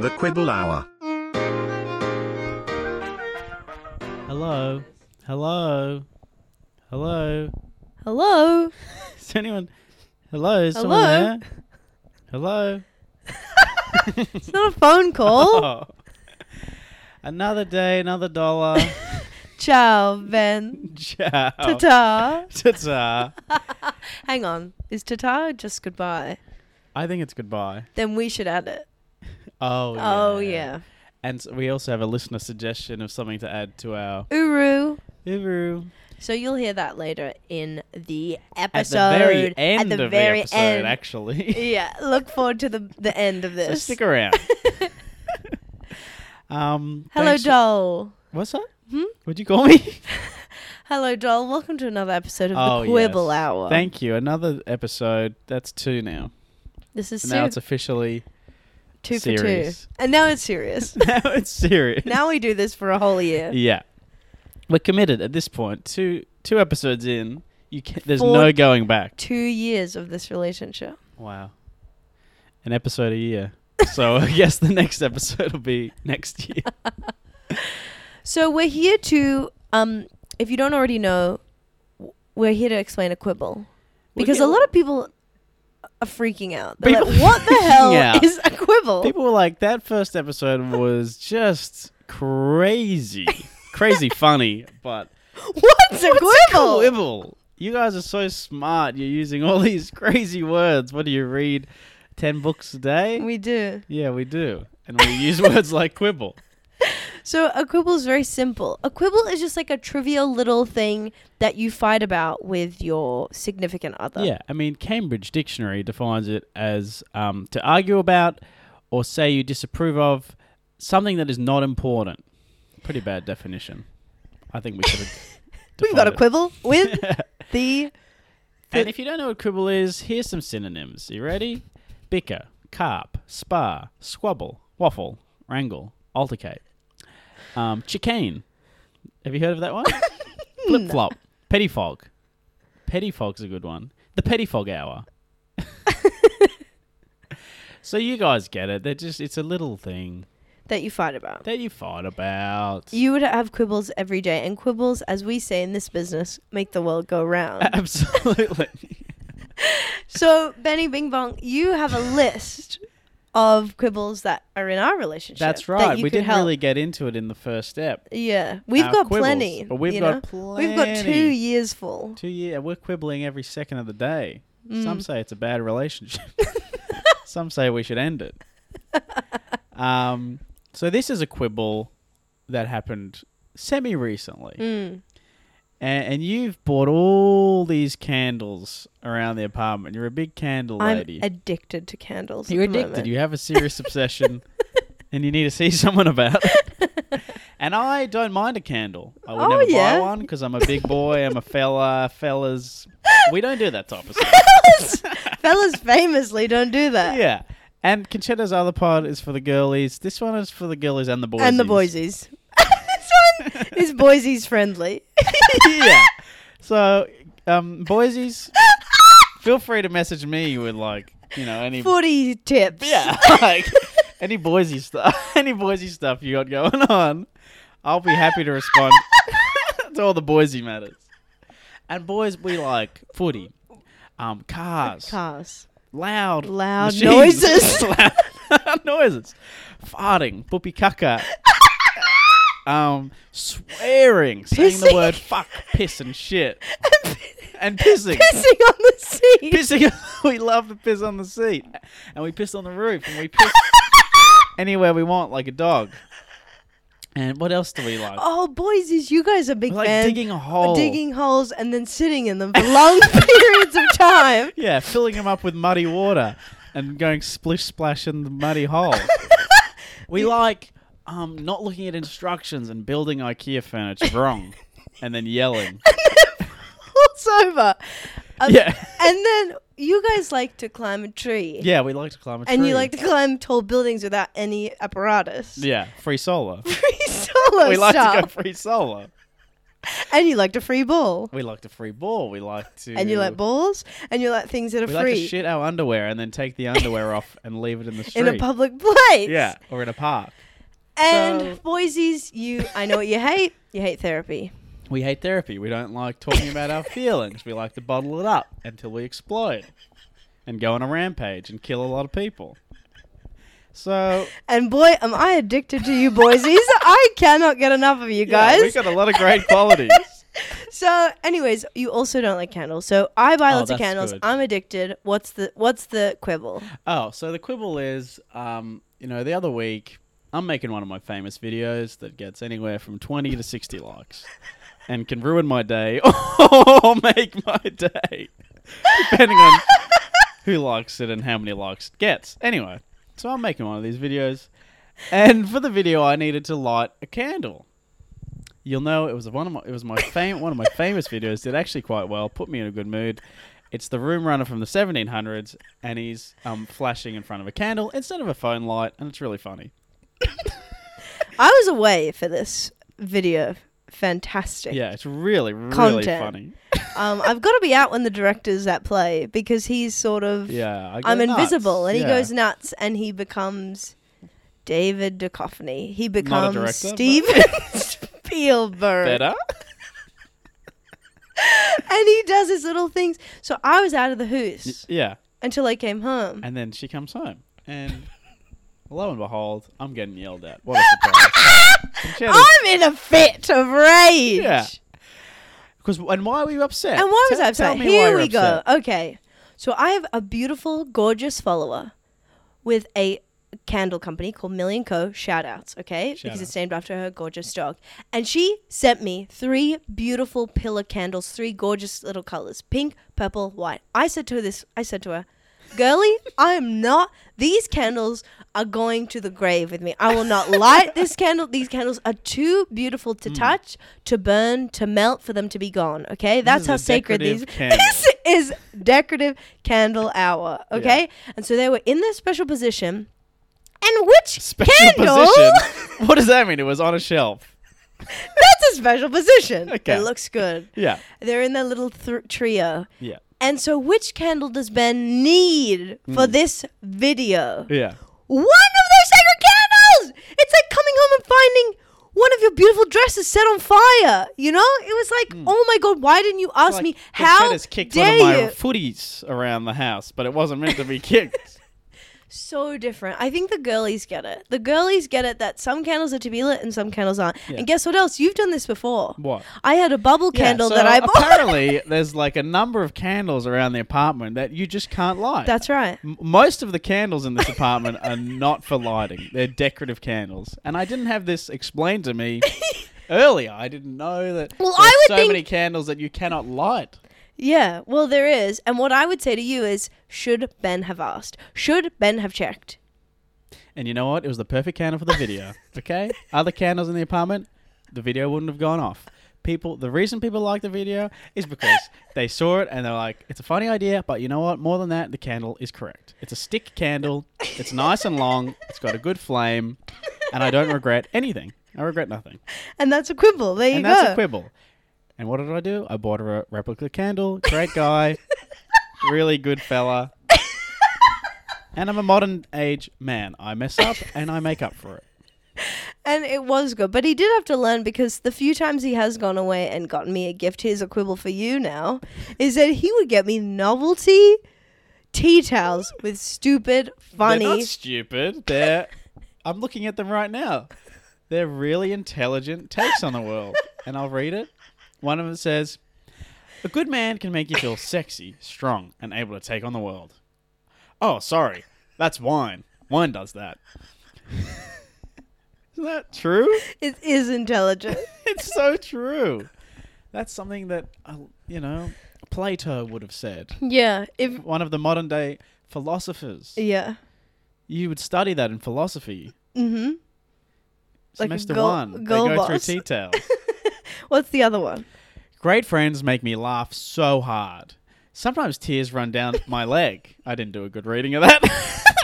The Quibble Hour. Hello. Hello. Hello. Hello. Is anyone? Hello. Is someone Hello? there? Hello. It's not a phone call. Oh. Another day, another dollar. Ciao, Ben. Ciao. Ta-ta. Ta-ta. Hang on. Is ta-ta just goodbye? I think it's goodbye. Then we should add it. Oh. Oh, yeah. And s- we also have a listener suggestion of something to add to our. Uru. Uru. So you'll hear that later in the At episode. the very end At the of very the episode, end. actually. Yeah. Look forward to the the end of so this. stick around. um. Hello, thanks- doll. What's that? Hmm? What'd you call me? Hello, doll. Welcome to another episode of Oh, the Quibble yes. Hour. Thank you. Another episode. That's two now. This is Now two, it's officially. two for two, serious. and now it's serious. now it's serious. now we do this for a whole year. Yeah. We're committed at this point. Two two episodes in, you can, there's Four- no going back. Two years of this relationship. Wow. An episode a year. So I guess the next episode will be next year. So we're here to, um, if you don't already know, w- we're here to explain a quibble because yeah, a lot of people are freaking out. They're People like, "What the freaking hell out. is a quibble?" people were like, that first episode was just crazy. crazy funny, but What's a quibble? quibble. You guys are so smart. You're using all these crazy words. What do you read? 10 books a day? We do. yeah, we do. And we use words like quibble. So a quibble is very simple. A quibble is just like a trivial little thing that you fight about with your significant other. Yeah, I mean, Cambridge Dictionary defines it as um, to argue about or say you disapprove of something that is not important. Pretty bad definition. I think we should have. We've got a defined quibble with it. the and if you don't know what quibble is, here's some synonyms. You ready? Bicker, carp, spar, squabble, waffle, wrangle, altercate, um, chicane. Have you heard of that one? Flip flop, pettifog. Pettifog's a good one. The pettifog hour. so you guys get it. They're just it's a little thing that you fight about. that you fight about. You would have quibbles every day, and quibbles, as we say in this business, make the world go round. Absolutely. So, Benny Bing Bong, you have a list of quibbles that are in our relationship. That's that right. you We could didn't help. really get into it in the first step. Yeah, we've our got quibbles, plenty. but we've you got know? We've got two plenty. years full. Two year, we're quibbling every second of the day. Mm. Some say it's a bad relationship. Some say we should end it. Um, so this is a quibble that happened semi recently, Mm. and, and you've bought all these candles around the apartment. You're a big candle I'm lady. addicted to candles. at You're the addicted. moment. You have a serious obsession, and you need to see someone about it. and I don't mind a candle. I would Oh, never yeah. buy one because I'm a big boy. I'm a fella. Fellas, we don't do that type of stuff. Fellas famously don't do that. yeah. And Conchetta's other pod is for the girlies. This one is for the girlies and the boys. And the boysies. this one is boysies friendly. yeah. So, um, boysies, feel free to message me with like you know any Forty tips. Yeah, like any Boise stuff, any Boise stuff you got going on, I'll be happy to respond to all the Boise matters. And boys, we like footy, um, cars, Cars. loud, Loud machines. noises. loud noises, farting, poopy caca, um, swearing, saying the Pissing. word fuck, piss, and shit, and pissing Pissing on the seat. pissing. we love to piss on the seat, and we piss on the roof, and we piss anywhere we want, like a dog. And what else do we like? Oh, boysies, you guys are big we like fans. digging a hole, digging holes and then sitting in them for long periods of time. yeah, filling them up with muddy water, and going splish splash in the muddy hole. we like um, not looking at instructions and building IKEA furniture wrong, and then yelling. It's over. Um, Yeah, And then you guys like to climb a tree. yeah, we like to climb a tree. And you like to climb tall buildings without any apparatus. yeah, free solar. Free solo we like stuff. to go free solar. and you liked a free ball. We like to free ball. We like to. And you like balls, and you like things that are We free like to shit our underwear and then take the underwear off and leave it in the street. in a public place. Yeah, or in a park. And So- boysies, you I know what you hate. You hate therapy. We hate therapy. We don't like talking about our feelings. We like to bottle it up until we explode and go on a rampage and kill a lot of people. So, And boy, am I addicted to you boysies. I cannot get enough of you yeah, guys. we got a lot of great qualities. so anyways, you also don't like candles. So I buy Oh, lots of that's candles. good. I'm addicted. What's the what's the quibble? Oh, so the quibble is, um, you know, the other week I'm making one of my famous videos that gets anywhere from 20 to 60 likes and can ruin my day or make my day, depending on who likes it and how many likes it gets. Anyway, so I'm making one of these videos, and for the video I needed to light a candle. You'll know it was one of my it was my fam- one of my famous videos did actually quite well, put me in a good mood. It's the room runner from the 1700s, and he's um, flashing in front of a candle instead of a phone light, and it's really funny. I was away for this video. Fantastic. Yeah, it's really really Content. funny. Um, I've got to be out when the director's at play because he's sort of Yeah, I go I'm nuts. invisible, and he Yeah. goes nuts, and he becomes David Duchovny. He Not a becomes director, but- Steven Spielberg, better. and he does his little things. So I was out of the hoose Yeah, until I came home. and then she comes home, and lo and behold, I'm getting yelled at. What a surprise! And she had a I'm in a fit of rage. Yeah. Because and why were you upset? And why was Tell- I tell upset? me why Here you're we go. upset. Okay. So I have a beautiful, gorgeous follower with a candle company called Million Co. Shout outs, okay? because Shout it's named after her gorgeous dog. And she sent me three beautiful pillar candles, three gorgeous little colors pink, purple, white. I said to her this, I said to her, Girlie, I am not. These candles are going to the grave with me. I will not light this candle. These candles are too beautiful Hmm. to touch, to burn, to melt for them to be gone. Okay, that's is how a sacred these. decorative candle. This is decorative candle hour. Okay, and so they were in their special position. And which Special candle? position. What does that mean? It was on a shelf. that's a special position. Okay. It looks good. Yeah. They're in their little thr trio. Yeah. And so, which candle does Ben need for Hmm. this video? Yeah. one of their sacred candles. It's like coming home and finding one of your beautiful dresses set on fire. You know, it was like, oh my god, why didn't you ask Hmm. Like, me? the cat How has kicked dare one of my you? footies around the house, but it wasn't meant to be kicked. So different. I think the girlies get it. The girlies get it that some candles are to be lit and some candles aren't. Yeah. And guess what else? You've done this before. What? I had a bubble Yeah, candle so that I bought. Apparently, there's like a number of candles around the apartment that you just can't light. That's right. M- most of the candles in this apartment are not for lighting. They're decorative candles, and I didn't have this explained to me earlier. I didn't know that. Well, there's I would so think- many candles that you cannot light. Yeah, well, there is. And what I would say to you is should Ben have asked? Should Ben have checked? And you know what? It was the perfect candle for the video. Okay? Other candles in the apartment, the video wouldn't have gone off. People, the reason people like the video is because they saw it and they're like, "It's a funny idea," but you know what? More than that, the candle is correct. It's a stick candle. It's nice and long. It's got a good flame, and I don't regret anything. I regret nothing. And that's a quibble. There you And go. that's a quibble. And what did I do? I bought her a replica candle. Great guy. really good fella. and I'm a modern age man. I mess up and I make up for it. And it was good, but he did have to learn because the few times he has gone away and gotten me a gift, here's a quibble for you now, is that he would get me novelty tea towels with stupid, They're funny. not stupid. They're. I'm looking at them right now. They're really intelligent takes on the world, and I'll read it. One of them says, "A good man can make you feel sexy, strong, and able to take on the world." Oh, sorry, that's wine. Wine does that. Isn't that true? It is intelligent. It's so true. That's something that uh, you know Plato would have said. yeah. If One of the modern day philosophers. yeah. You would study that in philosophy. Mm-hmm. Like a Semester goal- one. goal they go boss. through details. What's the other one? Great friends make me laugh so hard. Sometimes tears run down my leg. I didn't do a good reading of that.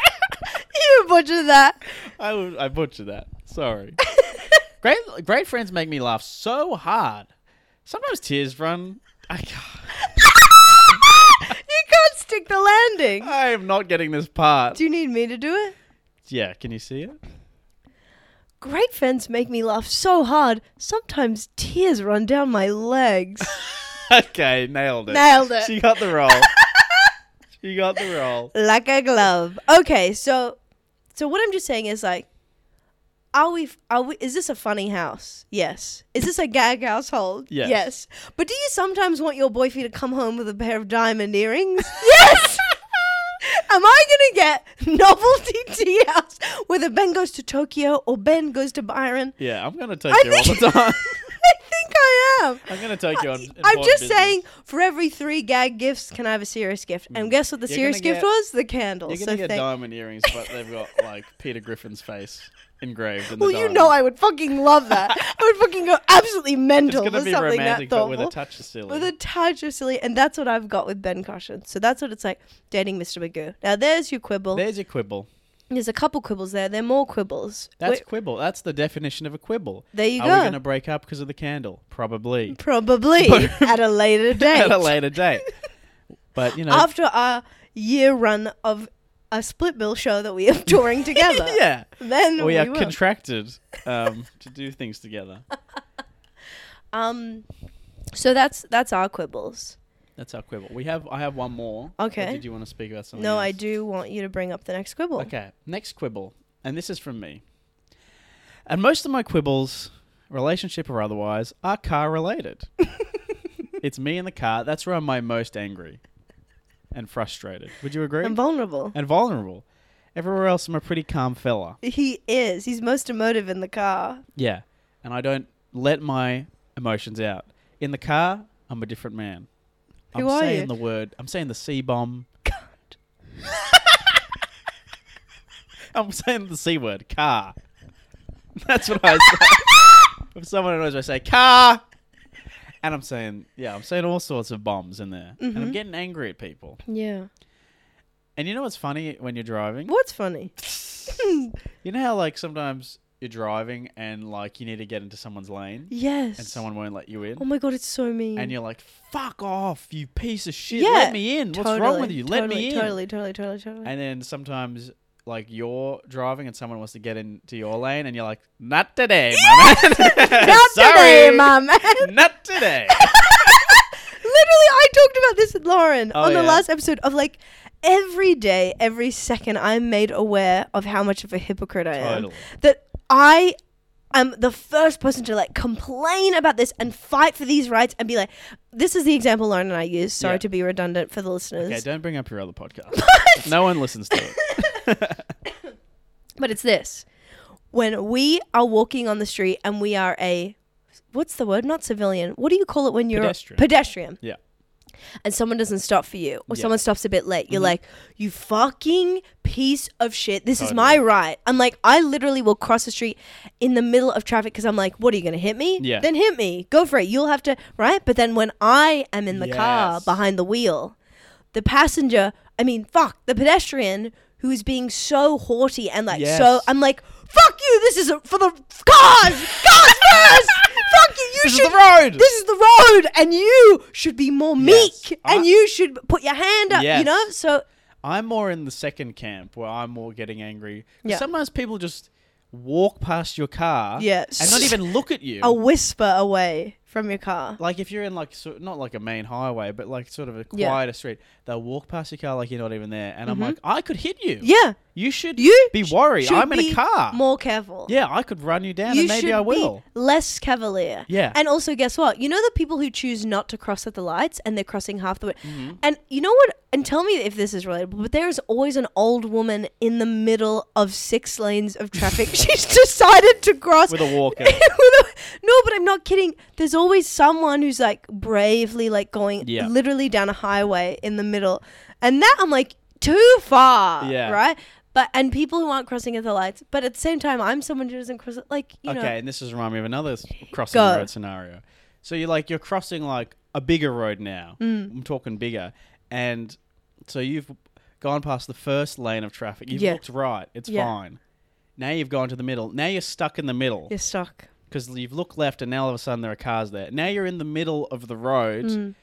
You butchered that. I, w- I butchered that. Sorry. great, great friends make me laugh so hard Sometimes tears run. I, You can't stick the landing. I am not getting this part. Do you need me to do it? Yeah, can you see it? Great friends make me laugh so hard, sometimes tears run down my legs. okay, nailed it. Nailed it. She got the role. she got the role. like a glove. Okay, so so what I'm just saying is like are we are we is this a funny house? Yes. Is this a gag household? Yes. But do you sometimes want your boyfriend to come home with a pair of diamond earrings? yes. Am I gonna get novelty tea house whether Ben goes to Tokyo or Ben goes to Byron? Yeah, I'm gonna take I you all think- the time. I think I am. I'm gonna take you on. I'm important just business. saying, for every three gag gifts, can I have a serious gift? And guess what the Mm. You're serious gonna gift get- was? The You're candles. gonna So get thank- diamond earrings, but they've got like Peter Griffin's face engraved. In Well, the you diamond. know I would fucking love that. I would fucking go absolutely It's mental gonna for be something romantic, that but thoughtful. with a touch of silly. With a touch of silly, and that's what I've got with Ben Caution. So that's what it's like dating Mr. Magoo. Now there's your quibble. There's your quibble. There's a couple quibbles there. There are more quibbles. That's Wait, quibble. That's the definition of a quibble. There you Are go. we gonna break up because of the candle? Probably probably But- at a later date. at a later date. But you know, After our year run of a split bill show that we are touring together. yeah, Then we, we are will. contracted um, to do things together. um so that's that's our quibbles. That's our quibble. We have. I have one more. Or Okay. did you want to speak about something? no, I else? do want you to bring up the next quibble. Okay. Next quibble, and this is from me. And most of my quibbles, relationship or otherwise, are car related. it's me in the car. That's where I'm my most angry and frustrated. Would you agree? I'm vulnerable. and vulnerable. Everywhere else, I'm a pretty calm fella. He is. He's most emotive in the car. Yeah. And I don't let my emotions out. In the car, I'm a different man. Who I'm are saying you? the word. I'm saying the C bomb. I'm saying the C word, car. That's what I say. if someone annoys me, I say, car. And I'm saying, yeah, I'm saying all sorts of bombs in there. Mm-hmm. And I'm getting angry at people. Yeah. And you know what's funny when you're driving? What's funny? You know how like sometimes you're driving and like you need to get into someone's lane yes. and someone won't let you in, Oh my god, it's so mean. and you're like, "Fuck off, you piece of shit! Yeah, let me in. What's wrong Totally, with you? let totally, me in." Totally, totally, totally, totally. And then sometimes like you're driving and someone wants to get into your lane, and you're like, "Not today, my man. Not Sorry, today, my man. Not today." Literally, I talked about this with Lauren Oh, on the yeah. last episode of like every day, every second, I'm made aware of how much of a hypocrite I am. Totally. That I am the first person to like complain about this and fight for these rights and be like, this is the example Lauren and I use. Sorry Yeah. to be redundant for the listeners. okay, don't bring up your other podcast. no one listens to it. But it's this when we are walking on the street and we are a what's the word? Not civilian. What do you call it when you're Pedestrian. pedestrian Yeah, and someone doesn't stop for you or Yeah. Mm-hmm. someone stops a bit late? You're like, you fucking piece of shit. This is Totally. my right. I'm like, I literally will cross the street in the middle of traffic because I'm like, what are you going to hit me? Yeah. Then hit me. Go for it. You'll have to, right? But then when I am in the car Yes. behind the wheel, the passenger, I mean, fuck, the pedestrian who is being so haughty and like so Yes. I'm like, fuck you, this is for the cars, cars first. fuck you, you This is should the road. This is the road and you should be more meek Yes. and I- you should put your hand up, you Yes. know? So I'm more in the second camp where I'm more getting angry. 'Cause Yeah. Sometimes people just walk past your car Yes. and not even look at you. a whisper away from your car. Like if you're in like so, not like a main highway, but like sort of a Yeah. Mm-hmm. quieter street, they'll walk past your car like you're not even there, and I'm like, I could hit you. Yeah. You should You be worried. should I'm in be a car. More careful. yeah, I could run you down, you and maybe should I will. be less cavalier. Yeah. And also, guess what? You know the people who choose not to cross at the lights and they're crossing half the way. Mm-hmm. And you know what? And tell me if this is relatable, but there is always an old woman in the middle of six lanes of traffic. She's decided to cross With a walker. With a- no, but I'm not kidding. There's always someone who's like bravely like going Yeah. literally down a highway in the middle, and that I'm like too far. Yeah. Right. But and people who aren't crossing at the lights, but at the same time, I'm someone who doesn't cross. Like you okay, know, and this is remind me of another s- crossing Go. the road scenario. So you're like you're crossing like a bigger road now. Mm. I'm talking bigger, and so you've gone past the first lane of traffic. You've Yeah. looked right. It's Yeah. fine. Now you've gone to the middle. Now you're stuck in the middle You're stuck. because because you've looked left and now all of a sudden there are cars there. Now you're in the middle of the road Mm.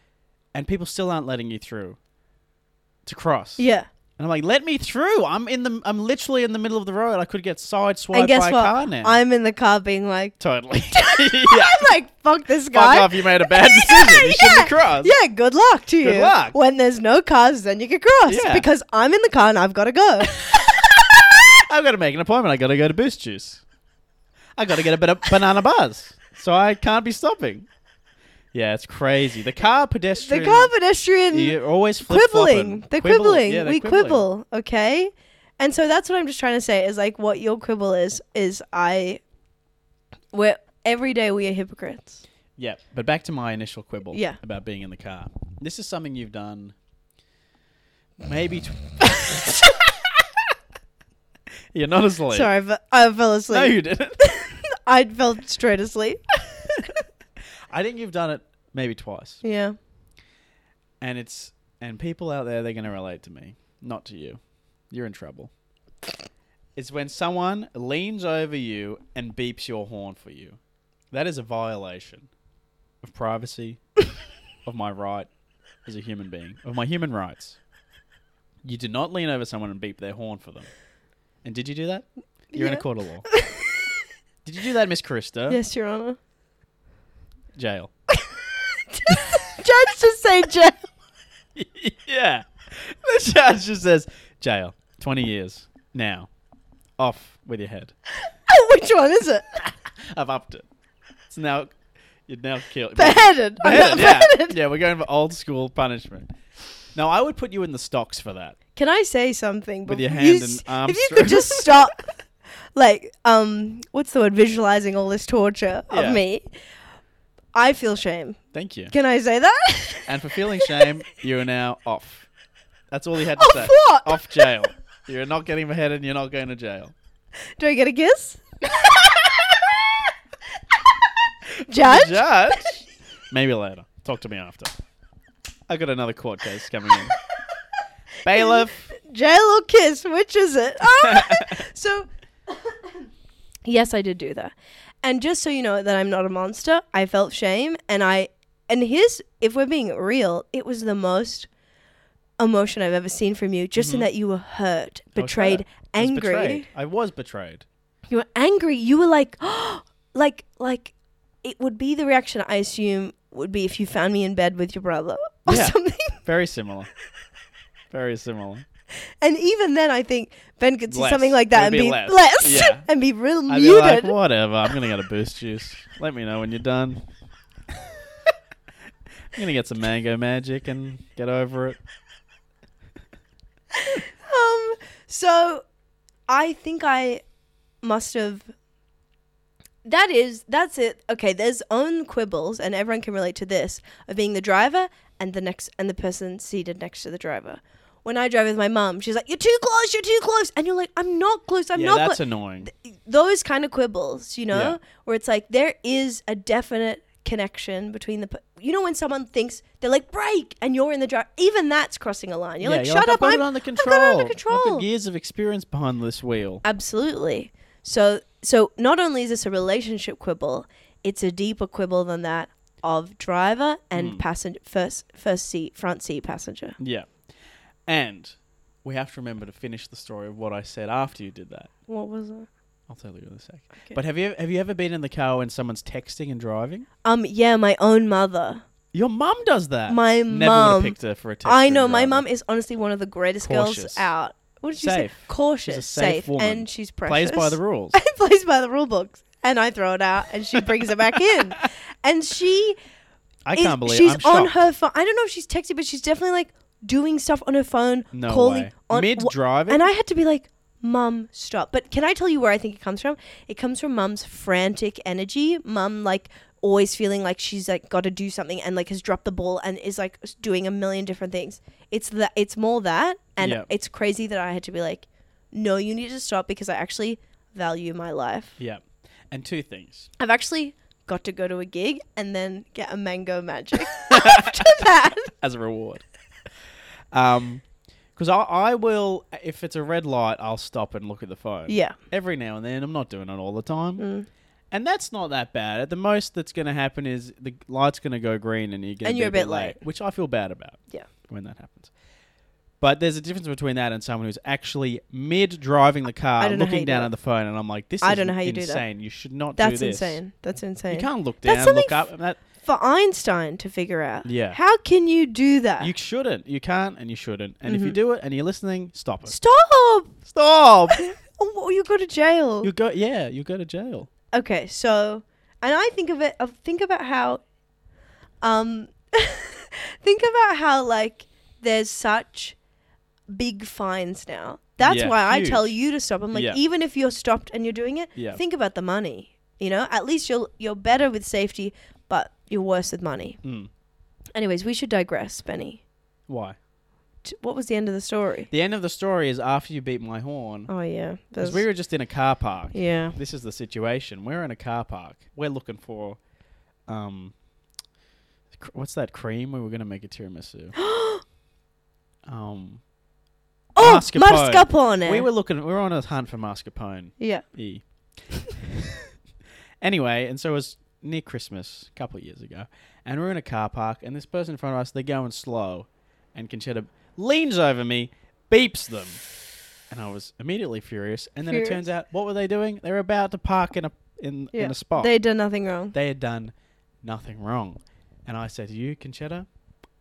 and people still aren't letting you through to cross. Yeah. And I'm like, let me through. I'm in the I'm literally in the middle of the road. I could get sideswiped and guess by a what? car now. I'm in the car being like, totally. yeah. I'm like, fuck this Fuck guy. off, you made a bad decision. You shouldn't have crossed. Yeah, good luck to you. Good luck. When there's no cars, then you can cross Yeah. because I'm in the car and I've got to go. I've got to make an appointment. I got to go to Boost Juice. I got to get a bit of banana bars, so I can't be stopping. Yeah, it's crazy. The car the pedestrian. car pedestrian You're always flip Mm. quibbling. They're quibbling. we quibble, okay? And so that's what I'm just trying to say is like what your quibble is is I we're every day we are hypocrites. Yeah, but back to my initial quibble. Yeah. About being in the car. This is something you've done. Maybe. Tw- You're not asleep. Sorry, I fe- I fell asleep. No, you didn't. I fell straight asleep. I think you've done it maybe twice. yeah. and it's and people out there they're going to relate to me not to you you're in trouble it's when someone leans over you and beeps your horn for you that is a violation of privacy of my right as a human being of my human rights you did not lean over someone and beep their horn for them and did you do that you're in a Yeah. court of law did you do that miss krista Yes, Your Honor. jail Judge just say jail. yeah. The judge just says, jail, 20 years. Now, off with your head. Which one is it? I've upped it. It's now, you'd now kill. Beheaded. I'm Beheaded, not yeah. beheaded. yeah, we're going for old school punishment. Now, I would put you in the stocks for that. Can I say something? With your before- hand you s- and arms If you through. could just stop, like, um, what's the word? Visualizing all this torture Yeah. of me. I feel shame. Thank you. Can I say that? And for feeling shame, you are now off. That's all he had to Off say. what? Off jail. You're not getting beheaded and you're not going to jail. Do I get a kiss? Judge? Judge? Maybe later. Talk to me after. I got another court case coming in. Bailiff. Jail or kiss? Which is it? Oh, so, yes, I did do that. And just so you know that I'm not a monster, I felt shame. And I, and here's, if we're being real, it was the most emotion I've ever seen from you, just in that you were hurt, I was betrayed, hurt. I was angry. betrayed. I was betrayed. You were angry. You were like, like, like, it would be the reaction I assume would be if you found me in bed with your brother or Yeah. something. Very similar. Very similar. And even then, I think Ben could see Less. something like that It'd and be be, less. less, Yeah. and be real I'd be like, muted. whatever. I'm gonna get a boost juice. Let me know when you're done. I'm gonna get some mango magic and get over it. um, so I think I must have. That is, that's it. Okay, there's own quibbles, and everyone can relate to this of being the driver and the next and the person seated next to the driver. When I drive with my mum, she's like, "You're too close. You're too close," and you're like, "I'm not close. I'm yeah, not that's close." annoying. Those kind of quibbles, you know, Yeah. where it's like there is a definite connection between the. p- You know, when someone thinks they're like brake, and you're in the drive, even that's crossing a line. You're yeah, like, you're "Shut I've up! got I'm it under I've control. got it under I've control." got years of experience behind this wheel. Absolutely. So so not only is this a relationship quibble, it's a deeper quibble than that of driver Hmm. and passenger first first seat front seat passenger. Yeah, and we have to remember to finish the story of what I said after you did that. What was it? I'll tell you in a sec. Okay. But have you have you ever been in the car when someone's texting and driving? Um yeah, my own mother. Your mum does that. My Never would've mum. picked her for a text. I and know my driving. mum is honestly one of the greatest Cautious. girls out. What did you say? Safe. Cautious, She's a safe safe, woman. and she's precious. plays by the rules. and plays by the rule books. And I throw it out and she brings it back in. And she I is- can't believe she's I'm on shocked. her phone. I don't know if she's texting, but she's definitely like doing stuff on her phone, no calling way. on mid wha- driving. And I had to be like, "Mum, stop!" But can I tell you where I think it comes from? It comes from Mum's frantic energy. Mum like always feeling like she's like got to do something and like has dropped the ball and is like s- doing a million different things. It's that. It's more that, and Yeah. it's crazy that I had to be like, "No, you need to stop," because I actually value my life. yeah, and two things. I've actually got to go to a gig and then get a mango magic after that. as a reward. Um, because I, I will, if it's a red light, I'll stop and look at the phone. Yeah. Mm. Every now and then, I'm not doing it all the time. And that's not that bad. At the most, that's going to happen is the light's going to go green and you're going to And be you're a bit late, which I feel bad about. Yeah. When that happens. But there's a difference between that and someone who's actually mid driving the car, I don't know how looking you do down that. at the phone, and I'm like, this is I don't know how you do that. insane. You should not do That's this. insane. That's insane. You can't look That's down, something look up. and That, For Einstein to figure out. Yeah. How can you do that? you shouldn't. You can't and you shouldn't. And Mm-hmm. if you do it and you're listening, stop it. Stop! Stop! Oh, you go to jail. you go, yeah, you go to jail. okay, so, and I think of it. I think about how, um, think about how like there's such big fines now. That's Yeah, why huge. I tell you to stop. I'm like, Yeah. even if you're stopped and you're doing it, Yeah. think about the money. You know, at least you're you're better with safety, but you're worse with money. Mm. Anyways, we should digress, Benny. Why? T- What was the end of the story? The end of the story is after you beat my horn, Oh yeah, because there's- we were just in a car park. yeah. This is the situation. We're in a car park. We're looking for, um, cr- what's that cream? We were gonna make a tiramisu. um, Oh, Mascarpone. mascarpone. we were looking. We were on a hunt for mascarpone. yeah. E. anyway, and so it was near Christmas a couple of years ago, and we're in a car park, and this person in front of us, they're going slow, and Conchetta leans over me, beeps them, and I was immediately furious. And then Furious. it turns out, what were they doing? They were about to park in a in, Yeah. in a spot. They did nothing wrong. They had done nothing wrong, and I said to you, Conchetta,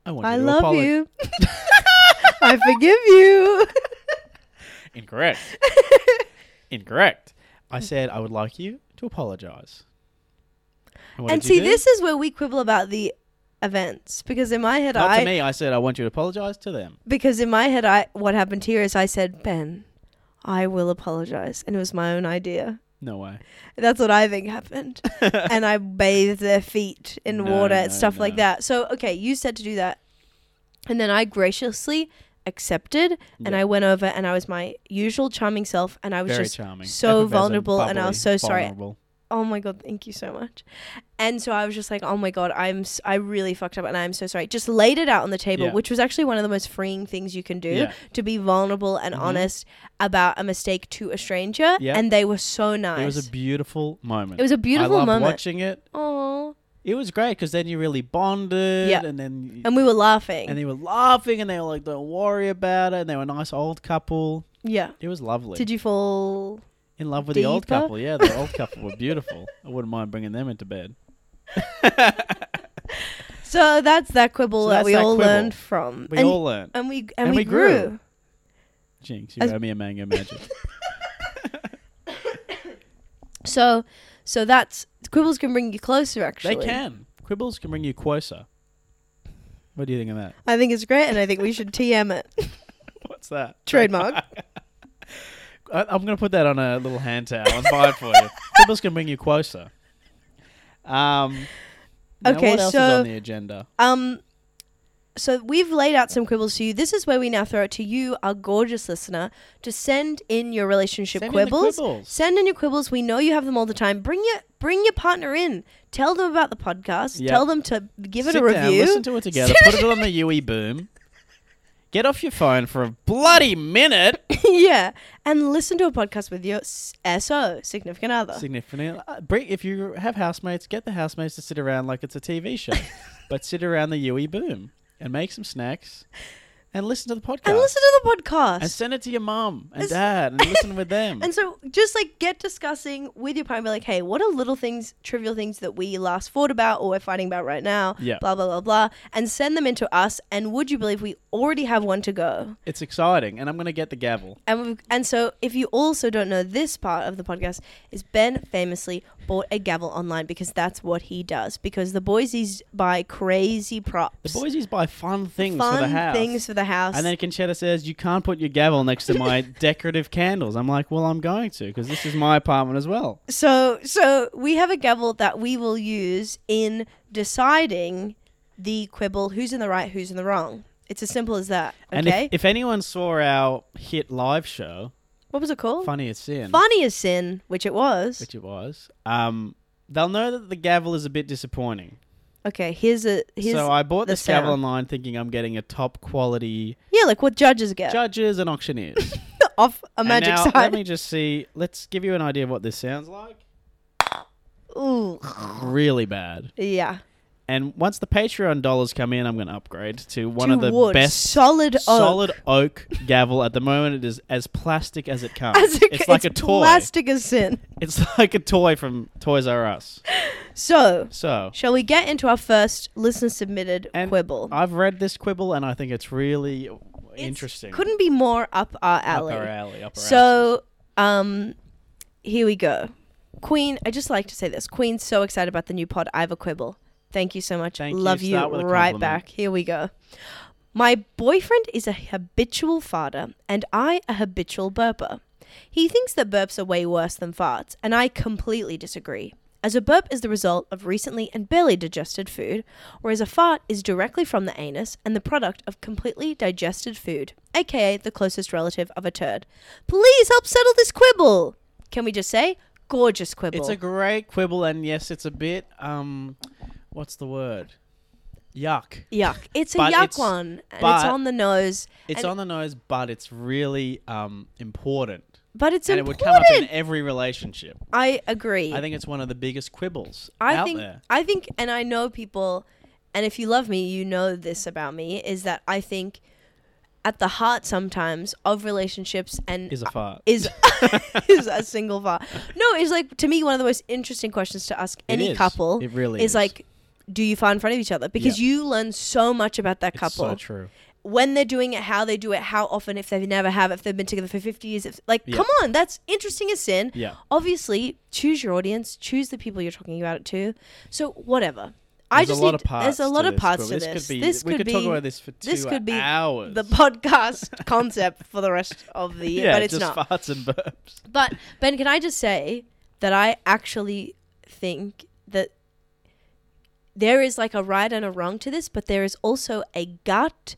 I want you I to love apologize. you. I forgive you. Incorrect. Incorrect. I said I would like you to apologize. what and did you see, do? this is where we quibble about the events because in my head, Not I to me. I said I want you to apologize to them. because in my head, I what happened here is I said, Ben, I will apologize, and it was my own idea. No way. That's what I think happened. and I bathed their feet in No, water and no, stuff like no. that. So, okay, you said to do that. And then I graciously accepted and Yeah. I went over and I was my usual charming self and I was Very just charming. so Effervescent, vulnerable and I bubbly, was so sorry. vulnerable. oh my god thank you so much and so i was just like oh my god i'm s- i really fucked up and i'm so sorry just laid it out on the table Yeah. which was actually one of the most freeing things you can do Yeah. Mm-hmm. to be vulnerable and honest about a mistake to a stranger Yeah. and they were so nice It was a beautiful moment. I beautiful loved moment watching it. oh It was great because then you really bonded. Yeah. And then and we were laughing and they were laughing and they were like, "Don't worry about it." And they were a nice old couple. yeah It was lovely. did you fall In love with the old Deeper? couple, yeah. The old couple were beautiful. I wouldn't mind bringing them into bed. so that's that quibble So that that's we that all quibble. learned from We and, all learned. and we and, and we, we grew. grew, Jinx, you as- owe me a mango magic. so so that's quibbles can bring you closer they actually can. Quibbles can bring you closer. What do you think of that? i think it's great and i think we should tm it What's that? trademark. I, I'm going to put that on a little hand towel and buy it for you. Quibbles can bring you closer. Um. now Okay, what else is so- on the agenda? um, so we've laid out some quibbles to you. This is where we now throw it to you, our gorgeous listener, to send in your relationship Send in the quibbles. quibbles. Send in your quibbles. We know you have them all the time. Bring your bring your partner in. Tell them about the podcast. Yeah. Tell them to give it Sit a review. Down, listen to it together. put it on the UE boom. Get off your phone for a bloody minute. yeah, and listen to a podcast with your s- SO significant other. Significant. Uh, bring, if you have housemates, get the housemates to sit around like it's a TV show, but sit around the UE boom and make some snacks and listen to the podcast. and listen to the podcast. And send it to your mum and It's- dad and listen with them. And so just like get discussing with your partner, be like, hey, what are little things, trivial things that we last fought about or we're fighting about right now? Yeah. Blah, blah, blah, blah. And send them into us. And would you believe we already have one to go? It's exciting, and I'm going to get the gavel. And, we've, and so if you also don't know this part of the podcast, is Ben famously bought a gavel online because that's what he does. Because the boysies buy crazy props. The Boise's buy fun things Fun for the house. things for the house. and then Conchetta says, You can't put your gavel next to my decorative candles. I'm like, Well, I'm going to, because this is my apartment as well. So so we have a gavel that we will use in deciding the quibble who's in the right, who's in the wrong. It's as simple as that. And if, Okay. if anyone saw our hit live show, what was it called? Funny as Sin, Funny as sin, which it was. which it was, um, they'll know that the gavel is a bit disappointing. okay, here's a here's so I bought the this gavel sound. online thinking I'm getting a top quality yeah, like what judges get judges and auctioneers. off a And magic now, side. Let me just see. Let's give you an idea of what this sounds like. Ooh. really bad. Yeah. And once the Patreon dollars come in, I'm going to upgrade to one To of the wood. best solid oak. solid oak gavel. At the moment, it is as plastic as it comes. As a, it's like a toy. Plastic as sin. It's like a toy from Toys R Us. So, So, shall we get into our first listener submitted and quibble? I've read this quibble, and I think it's really It's- interesting. Couldn't be more up our alley. Up our alley. Up our asses. So, um, here we go. Queen, I just like to say this. Queen's so excited about the new pod. I have a quibble. Thank you so much. Thank you. Love you. Start with a right compliment. back. Here we go. My boyfriend is a habitual farter, and I a habitual burper. He thinks that burps are way worse than farts, and I completely disagree. As a burp is the result of recently and barely digested food, whereas a fart is directly from the anus and the product of completely digested food, aka the closest relative of a turd. Please help settle this quibble! Can we just say, gorgeous quibble? it's a great quibble, and yes, it's a bit um, what's the word? Yuck. yuck. It's a But yuck it's- one, and it's but- on the nose, It's And- on the nose, but it's really um important, but it's and it would important. come up in every relationship. I agree. I think it's one of the biggest quibbles I out think there. I think and I know people and if you love me, you know this about me is that I think at the heart sometimes of relationships and Is a fart. is is a single fart. No, it's like to me one of the most interesting questions to ask It any is. couple It really is like do you fart in front of each other? Because you learn so much about that It's couple so true. when they're doing it, how they do it, how often, if they never have, if they've been together for 50 years. If, like, Yeah. come on, that's interesting as sin. Yeah. Obviously, choose your audience, choose the people you're talking about it to. So, whatever. I There's just a lot need of parts. there's a lot to of parts quibble. to this. Could be, this we could could be talk about this for two this could be hours. the podcast concept for the rest of the year, yeah, but it's just not. farts and burps. But Ben, can I just say that I actually think that there is like a right and a wrong to this, but there is also a gut,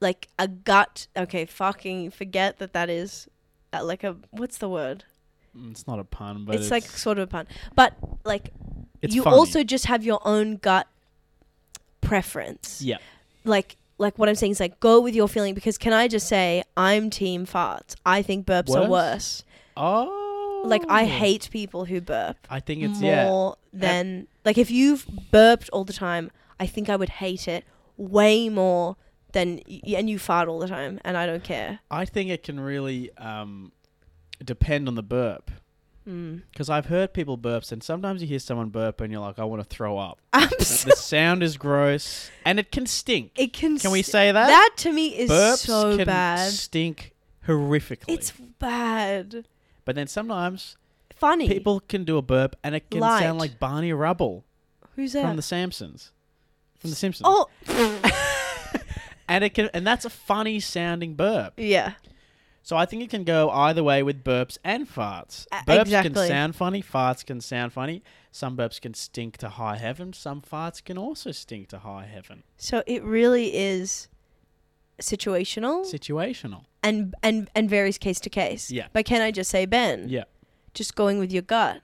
like a gut. Okay, fucking forget that that is uh, like a what's the word? Mm, It's not a pun, but it's, like it's, sort of a pun, but like it's you funny. also just have your own gut preference. Yeah. Like. Like what I'm saying is like go with your feeling because can I just say I'm team farts. I think burps are Worse? worse. oh Like I hate people who burp I think it's yeah. more than like if you've burped all the time, I think I would hate it way more than y- and you fart all the time, and I don't care. I think it can really um, depend on the burp. Mm. Because I've heard people burps, and sometimes you hear someone burp, and you're like, I want to throw up. Abs- the sound is gross, and it can stink. it can. Can we s- say that? that to me is burps so can bad? stink horrifically. It's bad. but then sometimes Funny. people can do a burp, and it can Light. sound like Barney Rubble Who's from that? The Simpsons. From The Simpsons. oh, And it can, and that's a funny sounding burp. yeah. So I think it can go either way with burps and farts. A- Burps exactly. can sound funny, farts can sound funny. Some burps can stink to high heaven, some farts can also stink to high heaven. So it really is situational Situational. and and and varies case to case. Yeah. But can I just say, Ben? Yeah. just going with your gut.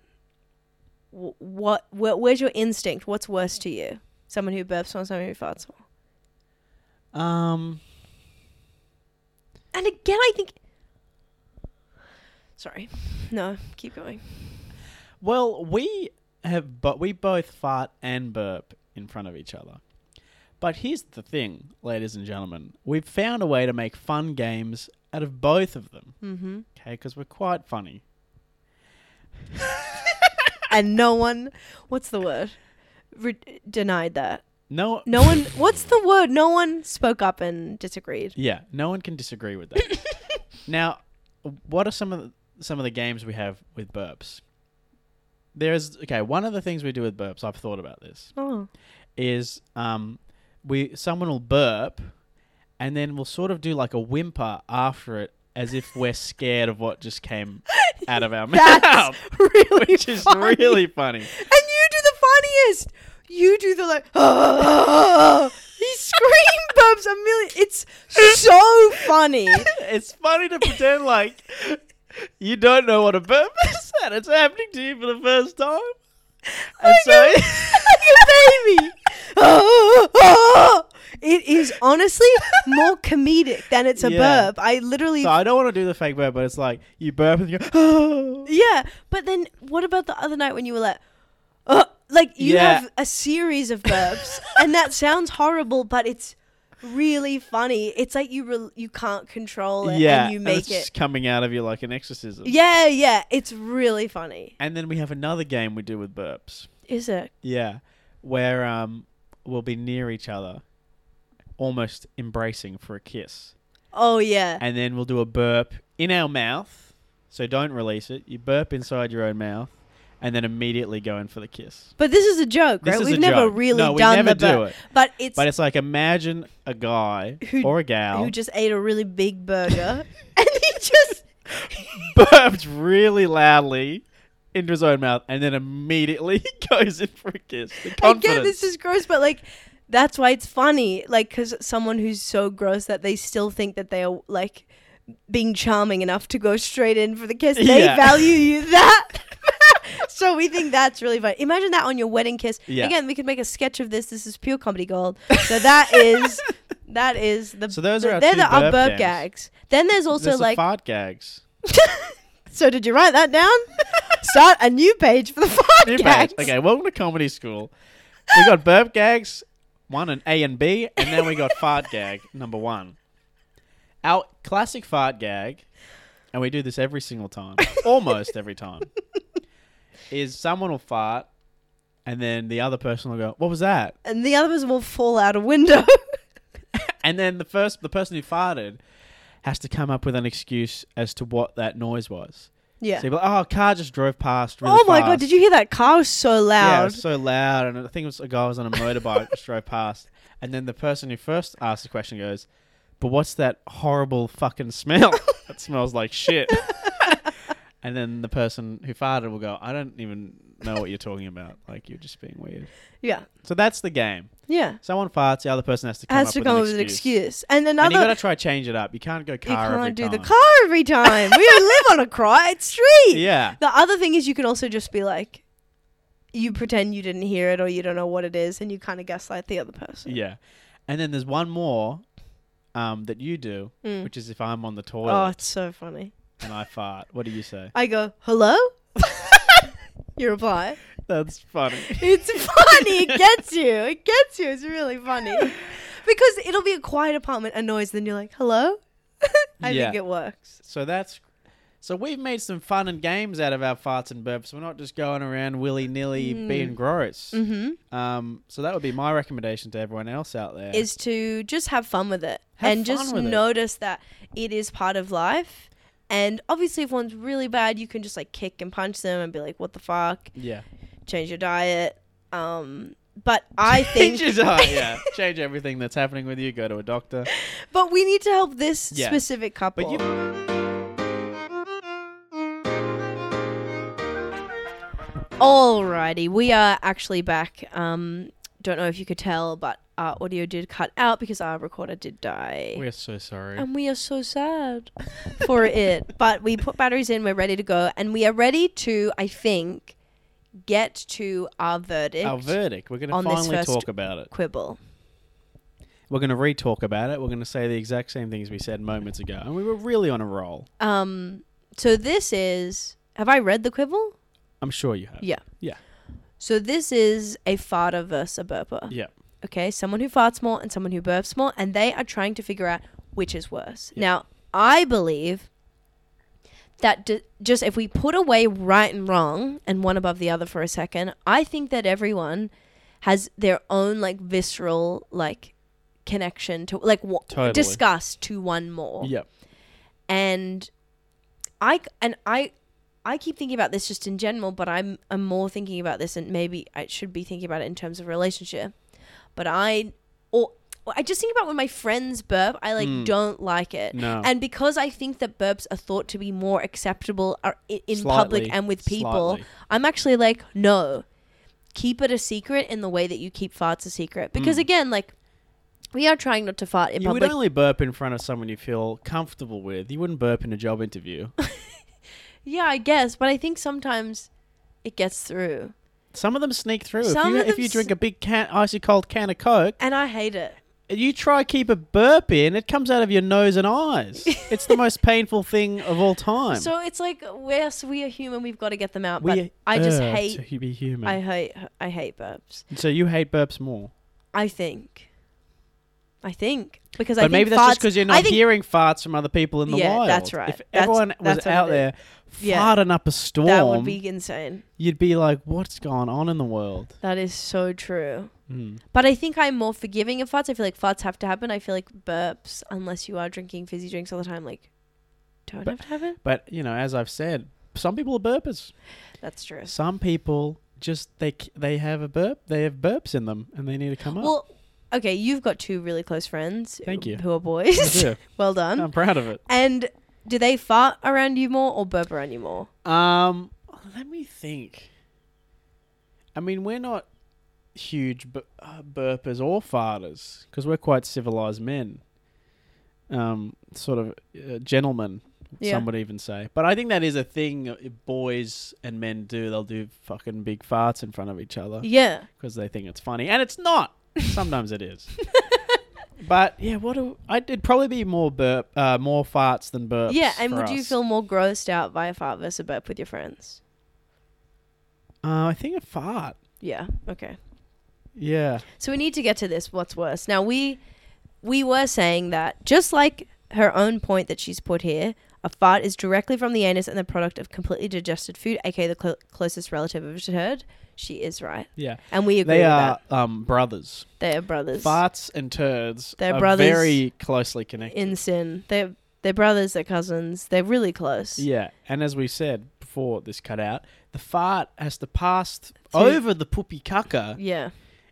Wh- What? Where, where's your instinct? What's worse to you? Someone who burps more, someone who farts more. Um And again, I think. Sorry, no. Keep going. well, we have but we both fart and burp in front of each other. But here's the thing, ladies and gentlemen. We've found a way to make fun games out of both of them. Mm-hmm. Okay, because we're quite funny. And no one. What's the word? Re- denied that. No No one. What's the word? No one spoke up and disagreed. Yeah, no one can disagree with that. now, what are some of the, some of the games we have with burps? There's okay. One of the things we do with burps, I've thought about this, Oh, is um, we someone will burp, and then we'll sort of do like a whimper after it, as if we're scared of what just came out of our mouth, that's really which is funny. really funny. And you do the funniest. You do the like. he scream burps a million. It's so funny. It's funny to pretend like you don't know what a burp is, and it's happening to you for the first time. And so, like a baby. it is honestly more comedic than it's a Yeah. burp. I literally. so I don't want to do the fake burp, but it's like you burp and you go, oh. yeah, but then what about the other night when you were like, "Ugh," like you Yeah. have a series of burps, and that sounds horrible, but it's really funny. It's like you re- you can't control it, yeah, and you and make it's it. just coming out of you like an exorcism. Yeah, yeah, it's really funny. And then we have another game we do with burps. Is it? Yeah, where um we'll be near each other, almost embracing for a kiss, Oh yeah. and then we'll do a burp in our mouth. So don't release it. You burp inside your own mouth, and then immediately go in for the kiss. But this is a joke, This right? is We've a never joke. really No, we done never the burp. do it. But it's But it's like imagine a guy Who- or a gal who just ate a really big burger and he just burped really loudly into his own mouth and then immediately goes in for a kiss. The confidence. Again, this is gross, but like that's why it's funny. Like, because someone who's so gross that they still think that they are like being charming enough to go straight in for the kiss, they Yeah. value you that. so we think that's really funny. Imagine that on your wedding kiss. Yeah. Again, we could make a sketch of this. This is pure comedy gold. So that is that is the. So those are our they're two the our burp burp games. gags. Then there's also There's the like. fart gags. so did you write that down? Start a new page for the fart New gags. page. Okay, welcome to comedy school. We got burp gags, one and A and B, and then we got fart gag number one. Our classic fart gag, and we do this every single time, almost every time, is someone will fart, and then the other person will go, "What was that?" And the other person will fall out a window. And then the first, the person who farted, has to come up with an excuse as to what that noise was. yeah. So you'll be like, "Oh, a car just drove past." Really Oh my god, fast." did you hear that car was so Yeah, it loud? was so loud, and I think it was a guy was on a motorbike just drove past, and then the person who first asked the question goes, "But what's that horrible fucking smell? that smells like shit." and then the person who farted will go, "I don't even know what you're talking about. Like you're just being weird." Yeah. So that's the game. Yeah. Someone farts, the other person has to come Has up to with come an up with an excuse. excuse. And And you another got to try change it up. You can't go you, car every can't do the time. car every time. we don't live on a quiet street. Yeah. The other thing is you can also just be like you pretend you didn't hear it or you don't know what it is and you kind of gaslight the other person. Yeah. And then there's one more um, that you do, which is if I'm on the toilet Mm. Oh, it's so funny. and I fart, what do you say? I go, "Hello?" you reply. That's funny. It's funny. It gets you. It gets you. It's really funny. Because it'll be a quiet apartment, a noise, then you're like, hello? I Yeah. think it works. So that's so we've made some fun and games out of our farts and burps. We're not just going around willy nilly being gross. Mm. Mm-hmm. Um, so that would be my recommendation to everyone else out there. Is to just have fun with it Have and fun just with it. notice that it is part of life. And obviously, if one's really bad, you can just like kick and punch them and be like, what the fuck? yeah, Change your diet. Um, but I think. Change your diet, yeah, change everything that's happening with you. Go to a doctor. But we need to help this Yeah. specific couple. But you- Alrighty, we are actually back. Um, don't know if you could tell, but our audio did cut out because our recorder did die. We're so sorry. and we are so sad for it. But we put batteries in, we're ready to go, and we are ready to, I think, get to our verdict Our verdict. We're going to on this finally first- talk about it. quibble. We're going to re-talk about it. We're going to say the exact same things we said moments ago, and we were really on a roll. Um, so this is. Have I read the quibble? I'm sure you have. Yeah. Yeah. So this is a farter versus a burper. Yeah. Okay, someone who farts more and someone who burps more, and they are trying to figure out which is worse. Yeah. Now, I believe that d- just if we put away right and wrong and one above the other for a second, I think that everyone has their own like visceral like connection to like w- Totally. disgust to one more Yeah. and I and I I keep thinking about this just in general, but I'm I'm more thinking about this, and maybe I should be thinking about it in terms of relationship. But I or or I just think about when my friends burp, I like don't like it, Mm. No. and because I think that burps are thought to be more acceptable are i- in Slightly, public and with people, slightly. I'm actually like no, keep it a secret in the way that you keep farts a secret, because again, like we are trying not to fart in Mm. You would public. only burp in front of someone you feel comfortable with. You wouldn't burp in a job interview. Yeah, I guess, but I think sometimes it gets through. Some of them sneak through. if Some you, of if them you drink s- a big can, icy cold can of Coke And I hate it. You try keep a burp in, it comes out of your nose and eyes. it's the most painful thing of all time. So it's like, yes, we are human. We've got to get them out. We but I just err hate. to be human. I hate. I hate burps. so you hate burps more, I think. I think because I but think maybe that's just farts- because you're I not think, hearing farts from other people in the Yeah, wild. that's right. If That's- everyone was that's what it out is. there Yeah. farting up a storm, That would be insane. you'd be like, "What's going on in the world?" That is so true. Mm. But I think I'm more forgiving of farts. I feel like farts have to happen. I feel like burps, unless you are drinking fizzy drinks all the time, like don't But- have to happen. But you know, as I've said, some people are burpers. That's true. Some people just they c- they have a burp, they have burps in them, and they need to come up. Well, okay, you've got two really close friends. Thank you. Who are I boys. do. well done. I'm proud of it. and do they fart around you more or burp around you more? Um, let me think. I mean, we're not huge bu- uh, burpers or farters because we're quite civilized men. Um, sort of uh, gentlemen, Yeah. some would even say. But I think that is a thing uh, boys and men do. They'll do fucking big farts in front of each other Yeah. because they think it's funny, and it's not. Sometimes it is. But yeah, what do I? It'd probably be more burp, uh, more farts than burps. yeah, and for would you us. feel more grossed out by a fart versus a burp with your friends? Uh, I think a fart. Yeah. Okay. Yeah. So we need to get to this. What's worse? Now we we were saying that just like her own point that she's put here, a fart is directly from the anus and the product of completely digested food, aka the cl- closest relative of herd. She is right, Yeah. and we agree They with are that. um, brothers. They are brothers Farts and turds They're are brothers very closely connected. in sin. They're they're brothers. They're cousins. They're really close. yeah. And as we said before this cut out, the fart has to pass th- To- over the poopy cucker. Yeah.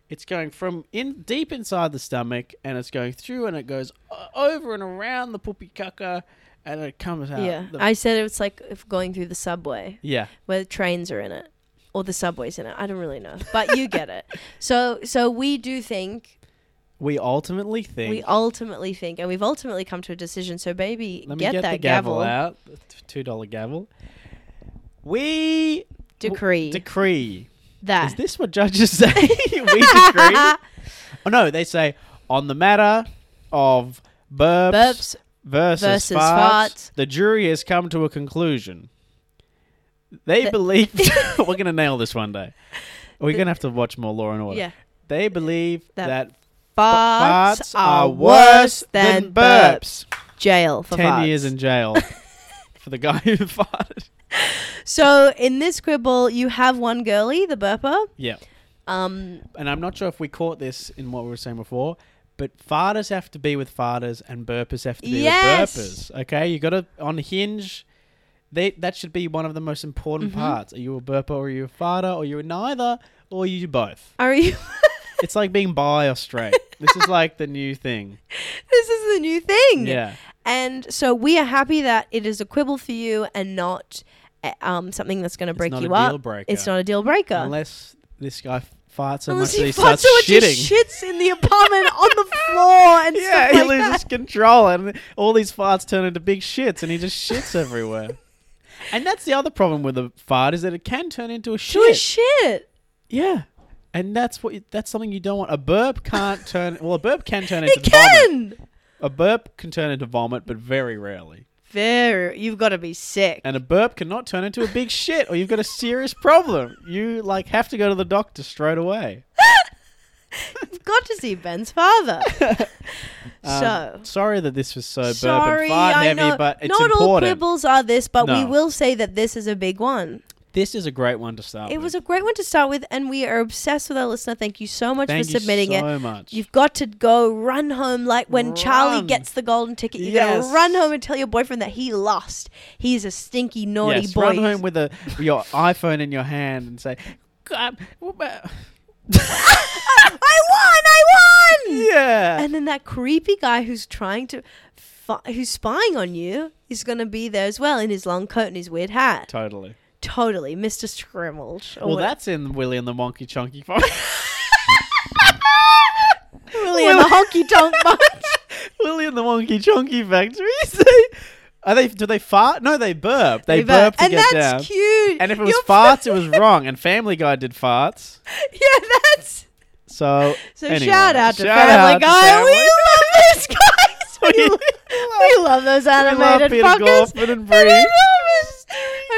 It's going from in deep inside the stomach and it's going through and it goes o- over and around the poopy cucker and it comes out. yeah. the- I said it's like if going through the subway yeah. where trains are in it or the subway's in it. I don't really know, but you get it. So so we do think We ultimately think. We ultimately think, and we've ultimately come to a decision. So, baby, let me get, get, that the gavel, gavel, out. The t- Two dollar gavel. We decree decree Is that. this what judges say? we decree. oh no, they say on the matter of burps, Burps versus, versus farts, farts. the jury has come to a conclusion. They The- believe we're gonna nail this one day. We're gonna have to watch more Law and Order. yeah, They believe That that farts, farts are worse than burps. burps. Jail for Ten farts. years in jail for the guy who farted. So, in this quibble, you have one girly, the burper. Yeah. Um, and I'm not sure if we caught this in what we were saying before, but farters have to be with farters and burpers have to be Yes. with burpers. Okay, you got to on hinge. They, that should be one of the most important Mm-hmm. parts. Are you a burper or are you a farter or you're neither or you do both? are you? It's like being bi or straight. this is like the new thing. this is the new thing. Yeah. And so we are happy that it is a quibble for you and not uh, um something that's going to break not you a up. deal breaker. It's not a deal breaker. Unless this guy farts so Unless much that he he farts starts so much he shitting. shits in the apartment on the floor and yeah, stuff he like loses that. control, and all these farts turn into big shits, and he just shits everywhere. And that's the other problem with a fart is that it can turn into a To a shit. shit. yeah, and that's what you, that's something you don't want. A burp can't turn. Well, a burp can turn into It vomit. can. A burp can turn into vomit, but very rarely. Very. You've got to be sick. And a burp cannot turn into a big shit, or you've got a serious problem. You like have to go to the doctor straight away. You've got to see Ben's father. Um, so. sorry that this was so burp Sorry, and fart I heavy, know. but it's not all important. quibbles are this, but we No. will say that this is a big one. this is a great one to start. It with. was a great one to start with, and we are obsessed with our listener. Thank you so much Thank for submitting you it. so much. You've got to go run home like when Charlie Run. gets the golden ticket. You're Yes. gonna run home and tell your boyfriend that he lost. He's a stinky naughty yes, boy. run home with a your iPhone in your hand and say, "God, what about-" I won! I won! "Yeah." And then that creepy guy who's trying to, fi- who's spying on you, is gonna be there as well in his long coat and his weird hat. totally. Totally, Mr. Scrimmage. Well, that's in Willy and the Monkey Chunky Farm. really in the honky tonk bunch. Willy and the Monkey Chunky Factory. They- Are they? Do they fart? No, they burp. They, burp to and get that's down. cute. And if it was Your- farts, it was wrong. And Family Guy did farts. yeah, that's So, So anyway, shout out to shout Family out to Guy. Family we love those guys. We, We lo- we love those animated Peter fuckers. Gorfin and Peter Bree. Gorfin.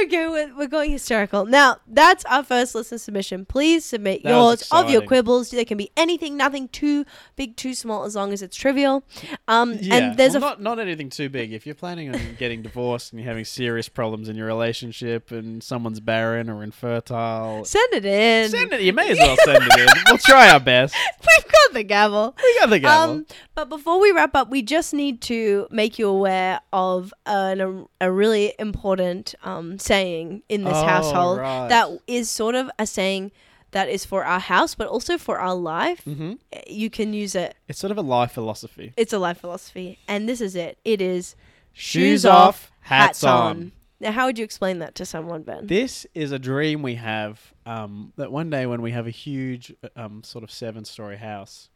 Okay, we're, we're going hysterical. Now, that's our first listener submission. Please submit That was yours of your exciting. quibbles. They can be anything, nothing too big, too small, as long as it's trivial. Um, Yeah. And there's well, a not not anything too big. If you're planning on getting divorced and you're having serious problems in your relationship and someone's barren or infertile, send it in. send it. You may as well send it in. We'll try our best. We've got the gavel. We got the gavel. Um, but before we wrap up, we just need to make you aware of an, a, a really important um, saying in this Oh, household right. that is sort of a saying that is for our house, but also for our life. Mm-hmm. Uh, You can use it. it's sort of a life philosophy. It's a life philosophy, and this is it. It is Shoes off, hats on. Now, how would you explain that to someone, Ben? This is a dream we have um, that one day when we have a huge um, sort of seven story house,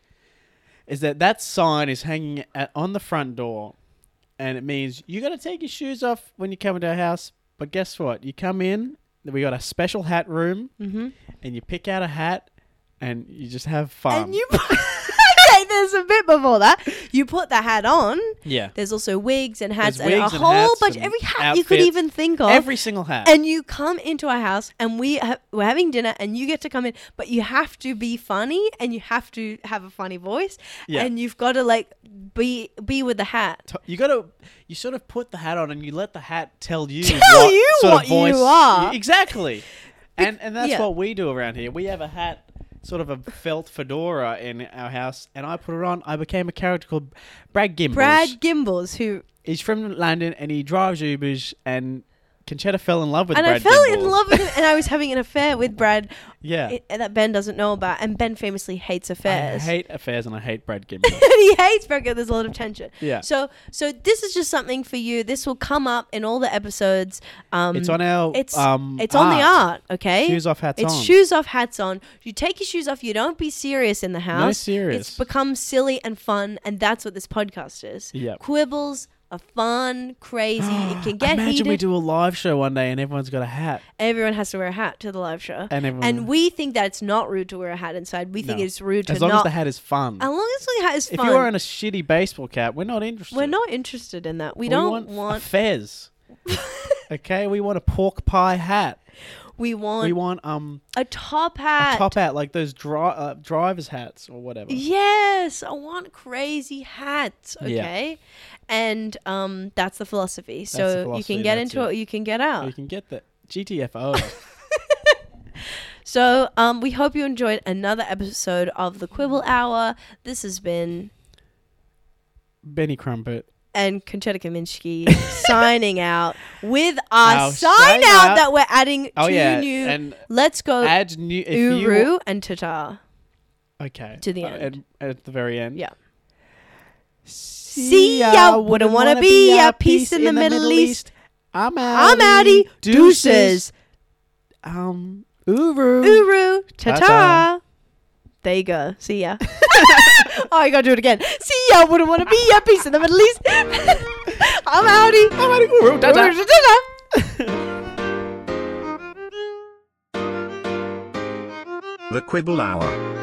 is that that sign is hanging at, on the front door and it means you got to take your shoes off when you come into our house. But guess what? You come in, we got a special hat room mm-hmm. and you pick out a hat and you just have fun. and you. okay, there's a bit before that. You put the hat on. yeah. There's also wigs and hats There's and a wigs and whole hats bunch. and Every hat you could outfits. even think of. Every single hat. and you come into our house, and we ha- we're having dinner, and you get to come in, but you have to be funny, and you have to have a funny voice, Yeah. and you've got to like be be with the hat. t- you gotta you sort of put the hat on and you let the hat tell you Tell what you sort what of you voice are. Y- exactly and and that's yeah. what we do around here we have a hat sort of a felt fedora in our house and i put it on i became a character called brad gimbals Brad Gimbles, who he's from london and he drives ubers and Conchetta fell in love with and Brad I fell in Gimbals. love with him, and I was having an affair with Brad Yeah. i- that Ben doesn't know about, and Ben famously hates I affairs. hate affairs and I hate Brad Gimbals. and he hates Brad. There's a lot of tension. Yeah. So so this is just something for you. This will come up in all the episodes. Um, it's on our It's um it's on the art. Okay. Shoes off hats it's on. shoes off, hats on. You take your shoes off. You don't be serious in the house. serious. It's become silly and fun, and that's what this podcast is. Yep. Quibbles are fun, crazy. it can get Imagine heated. we do a live show one day and everyone's got a hat. Everyone has to wear a hat to the live show, And everyone- and we think that it's not rude to wear a hat inside. We think No. it's rude to As long not. as the hat is fun. as long as the hat is If fun. you're wearing a shitty baseball cap, we're not interested. we're not interested in that. We, We don't want, a want. fez. okay, we want a pork pie hat. we want We want um a top a hat. top hat like those dri- uh, drivers hats or whatever. Yes, I want crazy hats. Yeah. Okay, and um, that's the philosophy. so the you philosophy, can get that's into it. it. or you can get You out. can get the GTFO. So um, we hope you enjoyed another episode of the Quibble Hour. This has been Benny Crumpet. and Conchetta Kaminsky signing out with our Our sign sign out out. that we're adding Oh to yeah, new. and Let's go, add new. If you, Uru and Tata. okay to the uh, end. At, at the very end. Yeah. See, ya, wouldn't wanna be a peace in the Middle East. I'm out. I'm Addy Deuces. Um. Uru. Uru. Ta ta. Ta-ta. There you go. See ya. oh, I gotta do it again. See ya. Wouldn't want to be ya. Peace in the Middle East. I'm outie. I'm outie. Uru. Ta-ta. Ta-ta. The Quibble Hour.